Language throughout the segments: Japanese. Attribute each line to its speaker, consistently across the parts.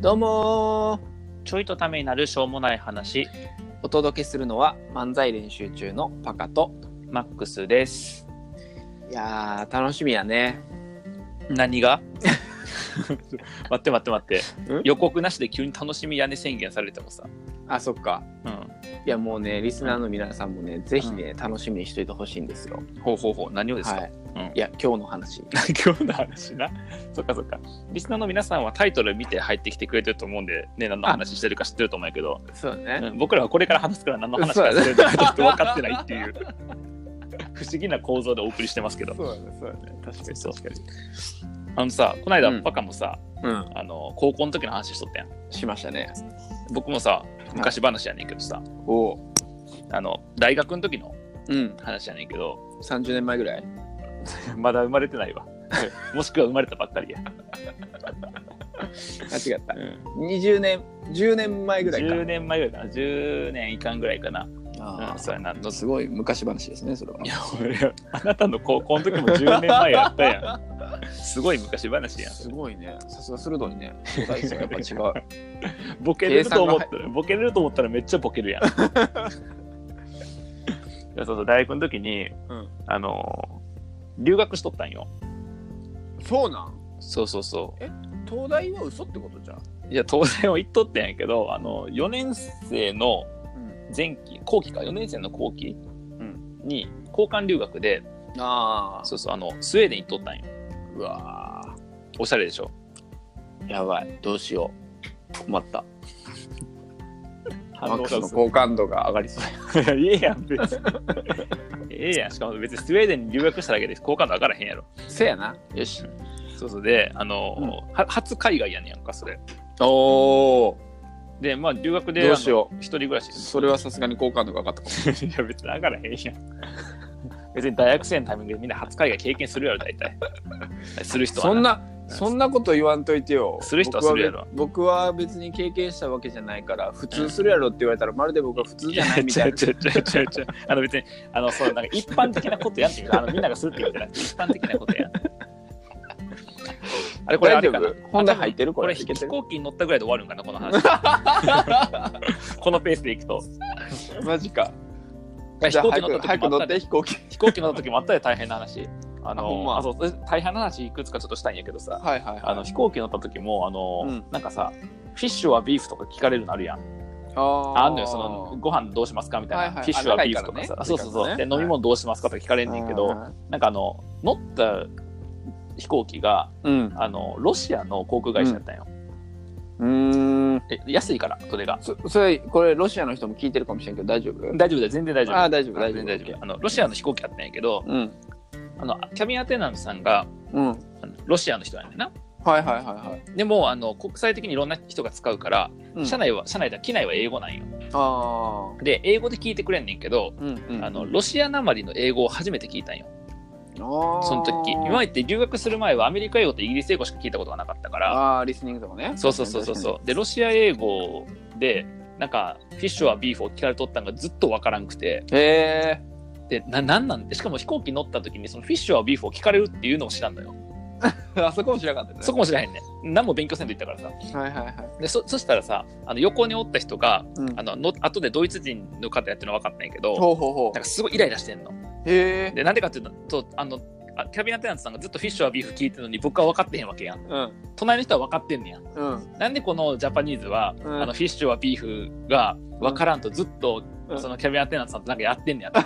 Speaker 1: どうも
Speaker 2: ちょいとためになるしょうもない話、
Speaker 1: ーお届けするのは漫才練習中のパカと
Speaker 2: マックスです。
Speaker 1: いやー楽しみやね
Speaker 2: 何が 待って待って待って
Speaker 1: ん。
Speaker 2: 予告なしで急に楽しみやね宣言されてもさ。
Speaker 1: あそっか
Speaker 2: う
Speaker 1: いやもうねリスナーの皆さんもね、ぜひね楽しみにしといてほしいんですよ
Speaker 2: ん。ほうほうほう。何をですか、
Speaker 1: はい、
Speaker 2: うん
Speaker 1: いや今日の話
Speaker 2: 今日の話な。 そっかそっか。リスナーの皆さんはタイトル見て入ってきてくれてると思うんで、ね、何の話してるか知ってると思うんやけど、
Speaker 1: そう
Speaker 2: う
Speaker 1: ね、
Speaker 2: ん僕らはこれから話すから何の話かしてるかちょっと分かってないっていう 不思議な構造でお送りしてますけど。
Speaker 1: そうだねそうだね確かに
Speaker 2: そう
Speaker 1: 確かに
Speaker 2: あのさ、この間、
Speaker 1: うん
Speaker 2: パカもさ、
Speaker 1: うん
Speaker 2: あの高校の時の話しとったやん。
Speaker 1: しましたね
Speaker 2: 僕もさ、昔話やねんけどさ、
Speaker 1: おお
Speaker 2: あの大学の時の
Speaker 1: うん
Speaker 2: 話やねんけど
Speaker 1: 30年前ぐらい
Speaker 2: まだ生まれてないわもしくは生まれたばっかりや、
Speaker 1: あ違った20年10年前ぐらいか
Speaker 2: 10年前ぐらいかな10年いかんぐらいかな、
Speaker 1: あ
Speaker 2: うん、
Speaker 1: ー
Speaker 2: そうやなどう
Speaker 1: すごい昔話ですねそれはい
Speaker 2: や俺あなたの高校の時も10年前やったやんすごい昔話や ん
Speaker 1: すごいねさすが鋭いね大輔やっぱ違う
Speaker 2: ボケれると思ったらボケれると思ったらめっちゃボケるやん いやそうそう大学の時に、
Speaker 1: うん
Speaker 2: あの留学しとったんよ
Speaker 1: そうなん
Speaker 2: そうそうそう
Speaker 1: 東大は嘘ってことじゃん、
Speaker 2: いや東大を言っとったんやけどあの4年生の前期後期か4年生の後期
Speaker 1: ん
Speaker 2: に交換留学で
Speaker 1: ああ
Speaker 2: そうそうあのスウェーデン行っとったんよ
Speaker 1: うわ
Speaker 2: おしゃれでしょ
Speaker 1: ーやばいどうしよう困った
Speaker 2: 反
Speaker 1: マ
Speaker 2: 応
Speaker 1: ッ
Speaker 2: が
Speaker 1: クスの
Speaker 2: 薄い
Speaker 1: 好感度が上がりそう
Speaker 2: いやええやん別にええやんしかも別にスウェーデンに留学しただけで好感度上がらへんやろ
Speaker 1: せやなよし
Speaker 2: そうそうであの、は初海外やねんやんかそれ
Speaker 1: おお
Speaker 2: でまあ留学で
Speaker 1: どうしよ
Speaker 2: あの一人暮らし
Speaker 1: うそれはさすがに好感度が上がったかも
Speaker 2: いや別に上がらへんやん別に大学生のタイミングでみんな初海外経験するやろ 大体する人は
Speaker 1: そんなそんなこと言わんといてよ
Speaker 2: する人はするやろ
Speaker 1: 僕はべ僕は別に経験したわけじゃないから普通するやろって言われたらまるで僕は普通じゃないみたいな
Speaker 2: ちゃうちゃうちゃうちゃうちゃうあの別にあのそうなんか一般的なことやんっていうあのみんながするって言うじゃなくて一般的なことやんあれこれあ
Speaker 1: 大
Speaker 2: れ
Speaker 1: 丈
Speaker 2: かな
Speaker 1: 夫本題入ってるこ
Speaker 2: こ
Speaker 1: れ
Speaker 2: れ
Speaker 1: い
Speaker 2: 飛
Speaker 1: けてる
Speaker 2: 行機に乗ったぐらいで終わるんかなこの話このペースでいくと
Speaker 1: マジか
Speaker 2: 飛
Speaker 1: じゃあ
Speaker 2: 行機
Speaker 1: 早
Speaker 2: 乗った
Speaker 1: く
Speaker 2: 時
Speaker 1: 早く
Speaker 2: も
Speaker 1: 乗
Speaker 2: あ
Speaker 1: っ
Speaker 2: った
Speaker 1: て
Speaker 2: で
Speaker 1: 飛行機
Speaker 2: 飛行機乗った時もあったで大変な話あ
Speaker 1: あほん
Speaker 2: の
Speaker 1: ま
Speaker 2: あそう大変な話いくつかちょっとしたいんやけどさ
Speaker 1: はいはいはい
Speaker 2: あの飛行機乗った時もあの、
Speaker 1: うん
Speaker 2: なんかさフィッシュはビーフとか聞かれるのあるやん
Speaker 1: あー
Speaker 2: あんのよそのご飯どうしますかみたいな、
Speaker 1: はいはい
Speaker 2: フィッシュはビーフとか
Speaker 1: あ長い
Speaker 2: さ
Speaker 1: からね
Speaker 2: そうそうそう、
Speaker 1: 時間
Speaker 2: で
Speaker 1: がね
Speaker 2: 飲み物どうしますかとか聞かれんねんけど、なんかあの乗った飛行機が
Speaker 1: うん
Speaker 2: あのロシアの航空会社やったんよ、
Speaker 1: うん
Speaker 2: え安いからそれが
Speaker 1: そそれこれロシアの人も聞いてるかもしれんけど大丈夫
Speaker 2: 大丈夫だよ全然大丈夫
Speaker 1: あー大丈夫大丈夫
Speaker 2: 全然大丈夫あのロシアの飛行機やったんやけど
Speaker 1: うん
Speaker 2: あのキャビンアテナントさんが
Speaker 1: うん
Speaker 2: あのロシアの人やねんな
Speaker 1: はいはいはいはい
Speaker 2: でもあの国際的にいろんな人が使うから、
Speaker 1: うん
Speaker 2: 車内は車内だ機内は英語なんよ
Speaker 1: ああ
Speaker 2: で英語で聞いてくれんねんけど
Speaker 1: うんうん
Speaker 2: あのロシアなまりの英語を初めて聞いたんよその時今までって留学する前はアメリカ英語とイギリス英語しか聞いたことがなかったから
Speaker 1: あーあーリスニングとかね
Speaker 2: そうそうそうそうそうでロシア英語でなんかフィッシュはビーフを聞かれとったんがずっとわからんくて
Speaker 1: へえ
Speaker 2: でななんなんでしかも飛行機乗った時にそのフィッシュはビーフを聞かれるっていうのを知らんのよ
Speaker 1: あそこも知らなかったね
Speaker 2: そこも知らへんね何も勉強せんと言ったからさ
Speaker 1: はいはいはい
Speaker 2: でそそしたらさあの横におった人が
Speaker 1: うん
Speaker 2: あのの後でドイツ人の方やってるの分かったんやけど
Speaker 1: ほうほうほ
Speaker 2: なんかすごいイライラしてんの
Speaker 1: うへえ
Speaker 2: でなんでかっていうとあのあキャビンアテナントさんがずっとフィッシュはビーフ聞いてるのに僕は分かってへんわけやん
Speaker 1: うん
Speaker 2: 隣の人は分かってんねや
Speaker 1: うん
Speaker 2: なんでこのジャパニーズは、
Speaker 1: うん
Speaker 2: あのフィッシュはビーフが分からんとずっと、
Speaker 1: うん
Speaker 2: そのキャビンアテナントさんとなんかやってんねやと、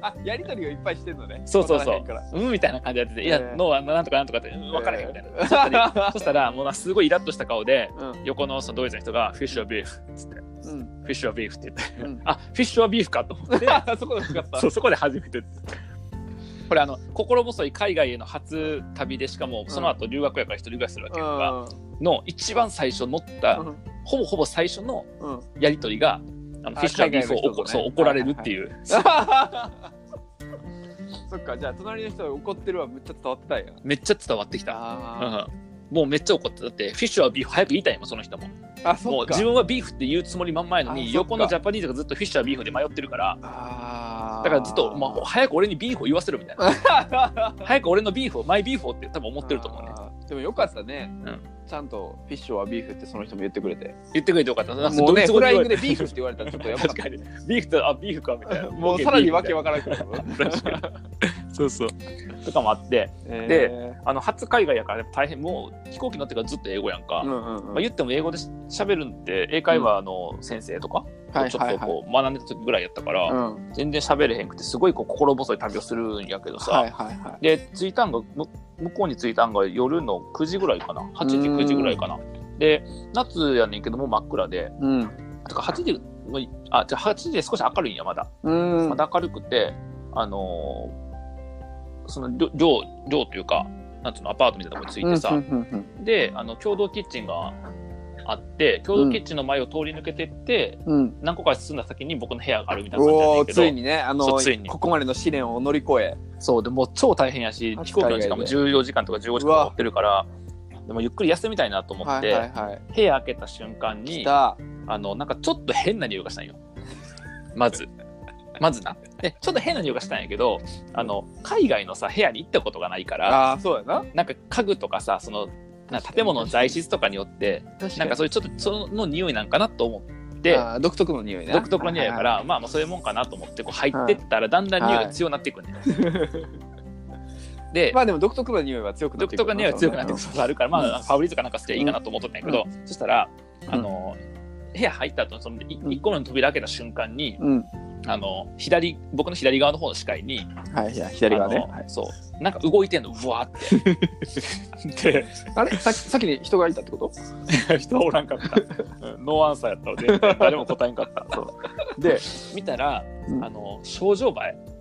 Speaker 1: あやりとりをいっぱいしてんのね
Speaker 2: そうそうそう
Speaker 1: わからへんから
Speaker 2: うんみたいな感じでやってて「いや
Speaker 1: えー
Speaker 2: 脳はなんとかなんとか」って、うん、分からへんみたいな、そした らそしたらもうなすごいイラッとした顔で
Speaker 1: うん
Speaker 2: 横のそのドイツの人が「フィッシュはビーフ」っつって「
Speaker 1: うん
Speaker 2: フィッシュはビーフ」って言って
Speaker 1: うん
Speaker 2: あフィッシュはビーフかと思 って
Speaker 1: そこでよかった
Speaker 2: そうそこで初めてこれあの心細い海外への初旅でしかもその後留学やから一人暮らしするわけやから、の一番最初乗った、
Speaker 1: うん
Speaker 2: ほぼほぼ最初の
Speaker 1: うんうん
Speaker 2: やり取りがあの
Speaker 1: あ
Speaker 2: フィッシュアビーフを
Speaker 1: 海外の人
Speaker 2: 怒,、
Speaker 1: とね
Speaker 2: そう怒られるっていう、
Speaker 1: そっかじゃあ隣の人が怒ってるはむっちゃ伝わってたんや
Speaker 2: めっちゃ伝わってきた、う
Speaker 1: あ
Speaker 2: ん、もうめっちゃ怒ってただってフィッシュはビーフ早く言いたいもんその人も
Speaker 1: ーあ
Speaker 2: も
Speaker 1: そうっか
Speaker 2: 自分はビーフって言うつもりまん前の
Speaker 1: あそっ
Speaker 2: に
Speaker 1: か
Speaker 2: 横のジャパニーズがずっとフィッシュはビーフで迷ってるから
Speaker 1: あ
Speaker 2: だ
Speaker 1: ー
Speaker 2: からずっと、まあ、早く俺にビーフを言わせろみた いな早く俺のビーフをマイビーフをって多分思ってると思うね
Speaker 1: あーでもよかったね、
Speaker 2: うん
Speaker 1: ちゃんとフィッシュはビーフってその人も言ってくれて
Speaker 2: 言ってくれてよかったな
Speaker 1: もうねフライング
Speaker 2: で
Speaker 1: でビーフって言われたらちょっとやばかっ
Speaker 2: 確かにビーフとあビーフかみたいな
Speaker 1: たもうさらにわけわからなくなる
Speaker 2: 確かにそうそうとかもあって
Speaker 1: えー
Speaker 2: あの初海外やからね大変もう飛行機乗ってからずっと英語やんか、
Speaker 1: うんうんうん
Speaker 2: まあ、言っても英語でしゃべるんで英会話の先生とか
Speaker 1: は
Speaker 2: と
Speaker 1: い
Speaker 2: ちょっ
Speaker 1: はい
Speaker 2: と
Speaker 1: はい
Speaker 2: こう学んでた時ぐらいやったから、
Speaker 1: うん
Speaker 2: 全然喋れへんくてすごいこう心細い旅をするんやけどさ、
Speaker 1: はいはいはい
Speaker 2: で着いたんがむ向こうに着いたんが夜の9時ぐらいかな8時9時ぐらいかなで夏やねんけどもう真っ暗で
Speaker 1: うん
Speaker 2: とか8時あじゃあ8時で少し明るいんやまだ、
Speaker 1: うん
Speaker 2: まだ明るくてあのーその寮寮寮というかなんつうのアパートみたいなとこに着いてさ、
Speaker 1: うんうんうん
Speaker 2: であの共同キッチンがあって共同キッチンの前を通り抜けてって、
Speaker 1: うんうん
Speaker 2: 何個か進んだ先に僕の部屋があるみたいな感じなん
Speaker 1: お
Speaker 2: だ
Speaker 1: お
Speaker 2: けど
Speaker 1: ついにねあ
Speaker 2: そ
Speaker 1: の
Speaker 2: うついに
Speaker 1: ここまでの試練を乗り越え
Speaker 2: そうでもう超大変やし飛行機の時間も14時間とか15時間乗ってるからでもゆっくり休みたいなと思
Speaker 1: は
Speaker 2: っ
Speaker 1: い
Speaker 2: て、
Speaker 1: はいはい
Speaker 2: 部屋開けた瞬間
Speaker 1: 来
Speaker 2: に
Speaker 1: た
Speaker 2: あのなんかちょっと変な匂いがしたんよまず まずなでちょっと変な匂いがしたんやけどあの海外のさ部屋に行ったことがないから
Speaker 1: ああーそうやな
Speaker 2: なんか家具とかさそのなんか建物の材質とかによって
Speaker 1: 確
Speaker 2: なんかそういうちょっとその匂いなんかなと思って
Speaker 1: あー独特の匂いね
Speaker 2: 独特の匂いやから、まあまあそういうもんかなと思ってこう入ってったらだんだん匂いが強くなっていくんね、で、
Speaker 1: まあでも独特の匂いは強くなっ
Speaker 2: 独
Speaker 1: てくる
Speaker 2: 特の匂いが強くなってくる
Speaker 1: そ
Speaker 2: ことあるから、ま
Speaker 1: うん
Speaker 2: あ、ファブリーズかなんかしていいかなと思っとったんやけど、そしたら、あの、部屋入った後その
Speaker 1: うん
Speaker 2: 1個目の扉開けた瞬間に、
Speaker 1: うん
Speaker 2: あの左僕の左側の方の視界に
Speaker 1: はいいや左側ね
Speaker 2: あの
Speaker 1: はい
Speaker 2: そうなんか動いてんのうわーってで
Speaker 1: あれさ先に人がいたってこと
Speaker 2: 人おらんかったうんノーアンサーやったわ全然誰も答えんかったそう で見たら、
Speaker 1: うん
Speaker 2: あの症状映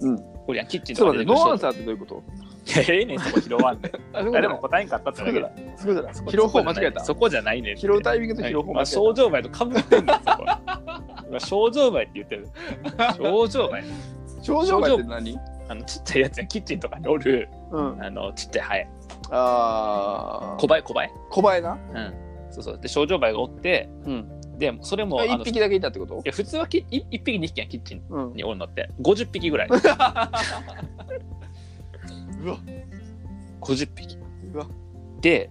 Speaker 2: え、
Speaker 1: うん
Speaker 2: これやんキッチン
Speaker 1: ちょ
Speaker 2: と
Speaker 1: っ
Speaker 2: か
Speaker 1: と待って
Speaker 2: く
Speaker 1: ノーア
Speaker 2: る症
Speaker 1: ンサーってどういうこと
Speaker 2: 状ええねんそこ拾わんで
Speaker 1: あそういうこと
Speaker 2: 誰も答えんかったってだけだ
Speaker 1: そういうことだ拾う方間違えた
Speaker 2: そこじゃないねんって
Speaker 1: 拾うタイミングと拾う方間違
Speaker 2: まあ、
Speaker 1: えた
Speaker 2: 症状梅とかぶってんだよそこ今症状梅って言ってる症状梅
Speaker 1: 症状がって何
Speaker 2: あのちっちゃいやつやキッチンとかにおる
Speaker 1: うん
Speaker 2: あのちっちゃいハエ
Speaker 1: あ
Speaker 2: 小
Speaker 1: ー
Speaker 2: バエ小バエ
Speaker 1: 小映えな
Speaker 2: うんそうそうで症状梅がおって
Speaker 1: うん
Speaker 2: でそれもあ
Speaker 1: 一
Speaker 2: の
Speaker 1: 匹だけいたってこと
Speaker 2: いや普通はきい一匹二匹やんキッチン
Speaker 1: うん
Speaker 2: におるのって50匹ぐらい
Speaker 1: うわ
Speaker 2: 50匹
Speaker 1: うわ
Speaker 2: で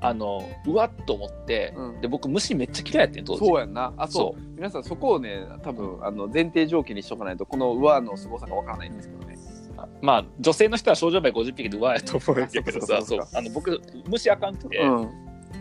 Speaker 2: あのうわっと思って、
Speaker 1: うん
Speaker 2: で僕虫めっちゃ嫌いやってん当時
Speaker 1: そうやんなあそう皆さんそこをね多分あの前提条件にしとかないとこの「うわ」のすごさがわからないんですけどね
Speaker 2: まあ女性の人は症状梅50匹でうわーやと思うんやけど
Speaker 1: あ
Speaker 2: さ
Speaker 1: そ
Speaker 2: そう
Speaker 1: か
Speaker 2: うあの僕虫あかんくて、
Speaker 1: うん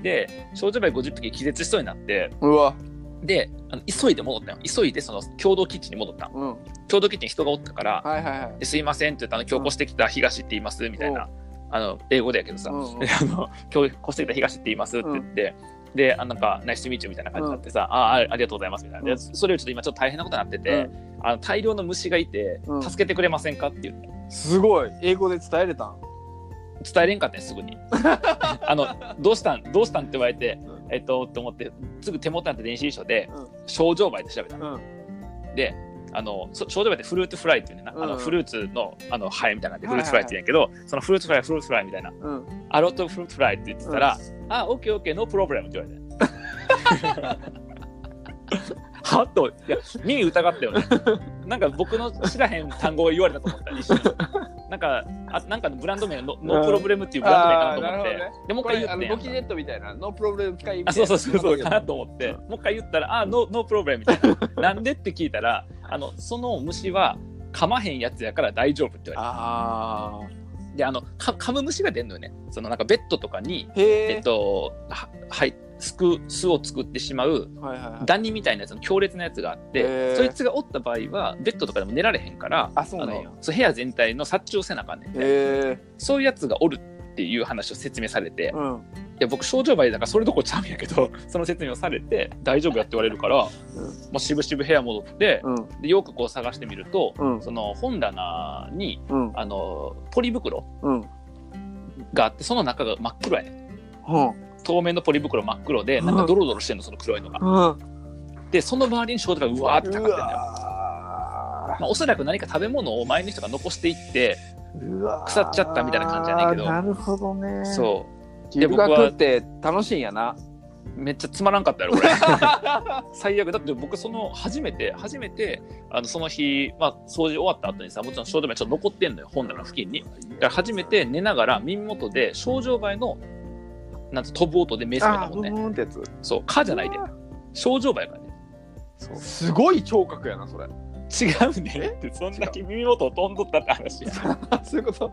Speaker 2: で少女梅50匹気絶しそうになって
Speaker 1: うわ
Speaker 2: であの急いで戻ったよ急いでその共同キッチンに戻った
Speaker 1: うん
Speaker 2: 共同キッチンに人がおったから
Speaker 1: はいはいはい
Speaker 2: 「ですいません」って言ったの「今日越してきた東って言います」みたいな、あの英語でやけどさ「
Speaker 1: うんうん
Speaker 2: で あの今日越してきた東って言います」って言って。であなんか「ナイスミーチュみたいな感じになってさ「ああありがとうございます」みたいな、
Speaker 1: うん
Speaker 2: でそれよりちょっと今ちょっと大変なことになってて、あの大量の虫がいて
Speaker 1: うん
Speaker 2: 「助けてくれませんか?」って言って
Speaker 1: すごい英語で伝えれたん
Speaker 2: 伝えれんかったよす ぐにあの「どうしたんどうしたん?」って言われて
Speaker 1: うん
Speaker 2: 「えっと」って思ってすぐ手元にあった電子遺書で
Speaker 1: うん
Speaker 2: 「症状梅」で調べたの
Speaker 1: うん
Speaker 2: であのそ少女梅ってフルーツフライっていうねんな、あ
Speaker 1: う
Speaker 2: の
Speaker 1: ん
Speaker 2: フルーツのあのハエみたいな感じで
Speaker 1: は
Speaker 2: フ
Speaker 1: い
Speaker 2: ル
Speaker 1: はい
Speaker 2: ーツフライって言うんやけど、そのフルーツフライフルーツフライみたいな
Speaker 1: うん
Speaker 2: アロットフルーツフライって言ってたら、あオッケーオッケーノープロブレムって言われて はっといや耳疑ったよねなんか僕の知らへん単語を言われたと思った一瞬なんかあなんかのブランド名のノープロブレムっていうブランド名かなと思って、
Speaker 1: あーなるほど
Speaker 2: でもう一
Speaker 1: こ
Speaker 2: 回
Speaker 1: れ
Speaker 2: 言
Speaker 1: あ
Speaker 2: っ
Speaker 1: の
Speaker 2: てん
Speaker 1: ゴキジェットみたいなノープロブレム使いみた
Speaker 2: あ
Speaker 1: いな
Speaker 2: そうそうそうそうか
Speaker 1: な
Speaker 2: なん
Speaker 1: か
Speaker 2: と思って、
Speaker 1: うん
Speaker 2: もう一回言ったら「あノーノープロブレム」みたいな「なんで?」って聞いたらあのその虫は噛まへんやつやから大丈夫って言われ
Speaker 1: あ
Speaker 2: てであのか噛む虫が出んのよねそのなんかベッドとかに、
Speaker 1: ーへえ
Speaker 2: えっとははいすく巣を作ってしまう
Speaker 1: はいはいはい
Speaker 2: ダニみたいなやつの強烈なやつがあっ
Speaker 1: へ
Speaker 2: て
Speaker 1: ー
Speaker 2: そいつがおった場合はベッドとかでも寝られへんから
Speaker 1: あそうなんや
Speaker 2: のそう部屋全体の殺虫をせなあかんねんて
Speaker 1: へ
Speaker 2: そういうやつがおるっていう話を説明されて、
Speaker 1: えうん
Speaker 2: いや僕症状梅だからそれどころちゃうんやけど その説明をされて大丈夫やって言われるから、
Speaker 1: うん
Speaker 2: まあ、しぶしぶ部屋戻って、
Speaker 1: うん
Speaker 2: でよくこう探してみると
Speaker 1: うん
Speaker 2: その本棚に
Speaker 1: うん
Speaker 2: あのポリ袋
Speaker 1: うん
Speaker 2: があってその中が真っ黒やね
Speaker 1: うん
Speaker 2: 透明のポリ袋真っ黒でなんかドロドロしてんのその黒いのが
Speaker 1: うん
Speaker 2: でその周りに症状がうわー
Speaker 1: う
Speaker 2: ってかかってるのよ
Speaker 1: わ
Speaker 2: まあ、おそらく何か食べ物を前の人が残していって
Speaker 1: ーうわー
Speaker 2: 腐っちゃったみたいな感じやねんけど
Speaker 1: なるほどねう
Speaker 2: そで
Speaker 1: 留
Speaker 2: 僕は
Speaker 1: 学って楽しいんやな
Speaker 2: うめっちゃつまらんかったやろこれ 最悪だって僕その初めて初めてあのその日、まあ、掃除終わった後にさもちろん症状梅ちょっと残ってんのよ本棚の付近にだから初めて寝ながら耳元で症状梅のなんて飛ぶ音で目覚め
Speaker 1: あ
Speaker 2: た
Speaker 1: あ
Speaker 2: もん
Speaker 1: ブ
Speaker 2: ね
Speaker 1: ーンってやつ
Speaker 2: そう「か」じゃないで
Speaker 1: うわ
Speaker 2: 症状ばやからね
Speaker 1: ーすごい聴覚やなそれ
Speaker 2: 違うねってそんだけ耳元を飛んどったって話や
Speaker 1: そういうこと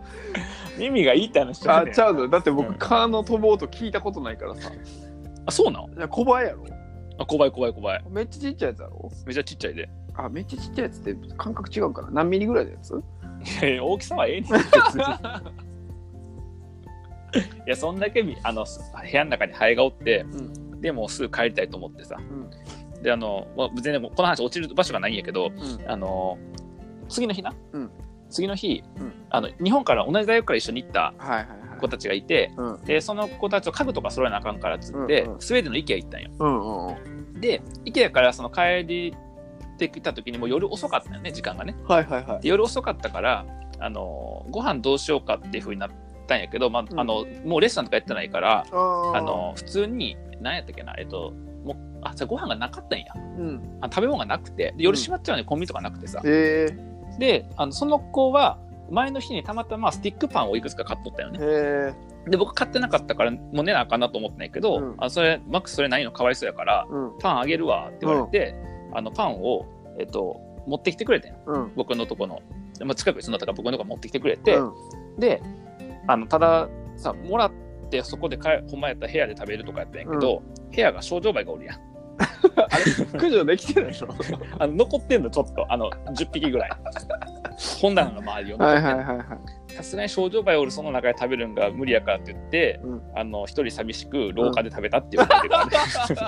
Speaker 2: 耳がいいって話じゃ
Speaker 1: あ
Speaker 2: んねん
Speaker 1: ちゃうのだって
Speaker 2: う
Speaker 1: 僕
Speaker 2: ん
Speaker 1: 蚊の飛ぼうと聞いたことないからさい
Speaker 2: あそうなの
Speaker 1: や小林やろ
Speaker 2: あ小林小林小林
Speaker 1: めっちゃちっちゃいやつやろ
Speaker 2: めちゃちっちゃいで
Speaker 1: あめっちゃちっちゃいやつって感覚違うんかな何ミリぐらいのやつ
Speaker 2: いやいや大きさはええねん別にいやそんだけみあのす部屋の中にハエがおって、
Speaker 1: う
Speaker 2: でもうすぐ帰りたいと思ってさ、
Speaker 1: う
Speaker 2: であの、まあ、全然もうこの話落ちる場所がないんやけど
Speaker 1: うん
Speaker 2: あの次の日な、
Speaker 1: うん
Speaker 2: 次の日、
Speaker 1: うん
Speaker 2: あの日本から同じ大学から一緒に行った
Speaker 1: はいはいはい
Speaker 2: 子たちがいて
Speaker 1: うんうん
Speaker 2: でその子たちを家具とか揃えなあかんからっつって、
Speaker 1: うんうん
Speaker 2: スウェーデンの IKEA 行ったんよ
Speaker 1: うんうん
Speaker 2: で IKEA からその帰りてきた時にもう夜遅かったよね時間がね
Speaker 1: はいはいはい
Speaker 2: で夜遅かったからあのご飯どうしようかっていう風になったんやけど、まあ
Speaker 1: うん
Speaker 2: あのもうレストランとかやってないから、
Speaker 1: あー
Speaker 2: あの普通に何やったっけなえっともうあじゃあご飯がなかったんや
Speaker 1: うん
Speaker 2: あ食べ物がなくてで夜閉まっちゃうね、コンビニとかなくてさ
Speaker 1: へ
Speaker 2: であのその子は前の日にたまたまスティックパンをいくつか買っとったよ
Speaker 1: え
Speaker 2: ね
Speaker 1: へえ
Speaker 2: で僕買ってなかったからもう寝なあかんなと思ったんやけど、
Speaker 1: うん
Speaker 2: あそれマックスそれないのかわいそうやから
Speaker 1: うん
Speaker 2: パンあげるわって言われて、あのパンを、えっと、持ってきてくれてん
Speaker 1: うん
Speaker 2: 僕のとこの、まあ、近くに住んだったから僕のとこ持ってきてくれて、
Speaker 1: うん
Speaker 2: であのたださもらってそこでかほんまやったら部屋で食べるとかやったんやけど、部屋が症状梅がお るやん
Speaker 1: 駆除できてないの
Speaker 2: あの残ってんのちょっとあの10匹ぐらい本棚の周りを
Speaker 1: はい
Speaker 2: 残
Speaker 1: は
Speaker 2: っ
Speaker 1: い
Speaker 2: てん
Speaker 1: は
Speaker 2: の
Speaker 1: いはい
Speaker 2: さすがに症状梅おるその中で食べるんが無理やからって言って、
Speaker 1: うん
Speaker 2: あの一人寂しく廊下で食べたっていうわけだからね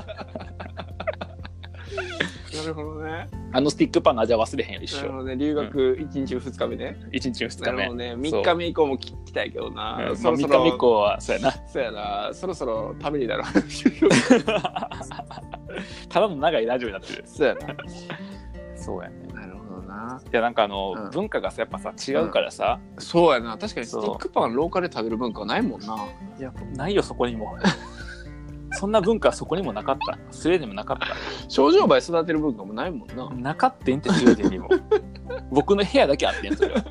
Speaker 1: なるほどね
Speaker 2: あのスティックパンの味は忘れへんよ一
Speaker 1: なるほ
Speaker 2: 生
Speaker 1: どね留学一日二日目ね
Speaker 2: 1日目
Speaker 1: な
Speaker 2: 2日
Speaker 1: る
Speaker 2: 目
Speaker 1: ほどね三日目以降も聞きたいけどな
Speaker 2: うん
Speaker 1: そろそ
Speaker 2: まあ三日目以
Speaker 1: ろ
Speaker 2: 降はそうやな
Speaker 1: そうやなそろそろ食べにだろ
Speaker 2: ただの長いラジオになってる
Speaker 1: そうやな
Speaker 2: そうやね
Speaker 1: なるほどない
Speaker 2: やなんかあの、
Speaker 1: うん
Speaker 2: 文化がさやっぱさ違うからさ、
Speaker 1: そうやな確かにステ
Speaker 2: そう
Speaker 1: ィックパン廊下で食べる文化はないもんない
Speaker 2: やないよそこにも そんな文化はそこにもなかったスウェーデンもなかっ
Speaker 1: 症状梅育てる文化もないもんな
Speaker 2: たなかったんってスウェーデンにも僕の部屋だけあってんそれは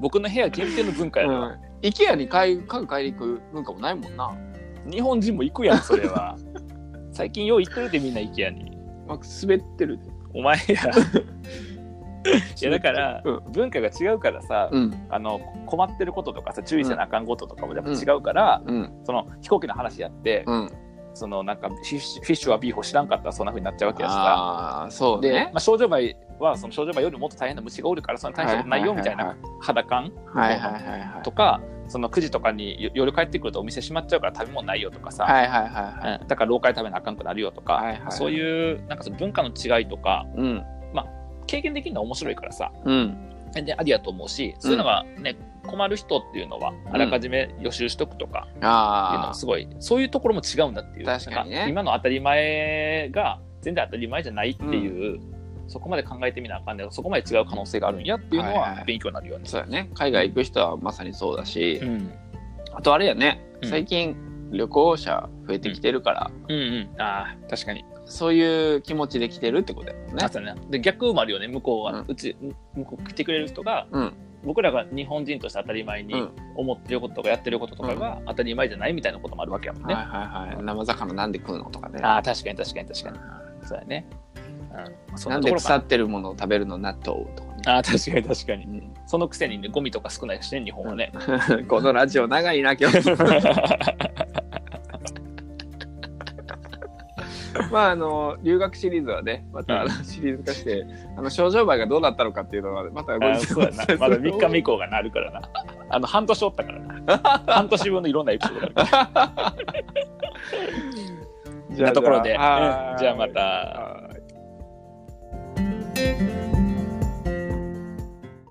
Speaker 2: 僕の部屋限定の文化やな、
Speaker 1: うん IKEA に買い家具買いに行く文化もないもんな
Speaker 2: 日本人も行くやんそれは最近よう行ってるでみんな IKEA に
Speaker 1: マックス滑ってる
Speaker 2: お前やいやだから、
Speaker 1: うん
Speaker 2: 文化が違うからさ、
Speaker 1: うん
Speaker 2: あの困ってることとかさ注意せなあかんこととかもやっぱ違うから、
Speaker 1: うん
Speaker 2: その飛行機の話やって、
Speaker 1: うん
Speaker 2: そのなんかフィッシュフィッシュはビーフを知らんかったらそんな風になっちゃうわけやしさ。
Speaker 1: ああそう
Speaker 2: で、
Speaker 1: ね
Speaker 2: まあ、症状梅はその症状梅よりもっと大変な虫がおるからそんな大したことないよみたいな肌感
Speaker 1: はいはいはいはい
Speaker 2: とか、その9時とかによ夜帰ってくるとお店閉まっちゃうから食べ物ないよとかさ、
Speaker 1: はいはいはいはい
Speaker 2: うんだから廊下で食べなあかんくなるよとか、
Speaker 1: はいはい
Speaker 2: そういうなんかその文化の違いとか
Speaker 1: うん
Speaker 2: 経験できるのは面白いからさ
Speaker 1: うん
Speaker 2: でありやと思うしそういうのがね、困る人っていうのはあらかじめ予習しとくとかっていうの
Speaker 1: あ
Speaker 2: はすごいそういうところも違うんだっていう
Speaker 1: 確かにね
Speaker 2: なん今の当たり前が全然当たり前じゃないっていう、そこまで考えてみなあかんねそこまで違う可能性があるんやっていうの
Speaker 1: はいは
Speaker 2: はい勉強になるよね
Speaker 1: あ。そうやね海外行く人はまさにそうだし
Speaker 2: うん
Speaker 1: あとあれやね
Speaker 2: うん
Speaker 1: 最近旅行者増えてきてるから
Speaker 2: うんうん、ああ確かに、
Speaker 1: そういう気持ちで来てるってことやもんね
Speaker 2: あそうねで逆もあるよね向こうは、
Speaker 1: う
Speaker 2: うち向こう来てくれる人が、
Speaker 1: うん
Speaker 2: 僕らが日本人として当たり前に
Speaker 1: うん
Speaker 2: 思ってることとかやってることとかが当たり前じゃないみたいなこともあるわけやもん
Speaker 1: はい
Speaker 2: ね、
Speaker 1: はいはい生魚なんで食うのとかね
Speaker 2: ああ確かに確かに確かにそうやね、うん、そ
Speaker 1: なんん
Speaker 2: と
Speaker 1: で
Speaker 2: ころか
Speaker 1: 腐ってるものを食べるの納豆とかね
Speaker 2: ああ確かに確かに
Speaker 1: うん
Speaker 2: そのくせにねゴミとか少ないしね日本はね
Speaker 1: このラジオ長いな 今日まああの留学シリーズはねまたあのシリーズ化してあの症状梅がどうなったのかっていうのはまた
Speaker 2: あそうやなまだ3日目以
Speaker 1: 日
Speaker 2: 降がなるからなあの半年おったから な半年分のいろんなエピソードがあるから
Speaker 1: 目
Speaker 2: そんなところで、うんじゃあ
Speaker 1: ま
Speaker 2: また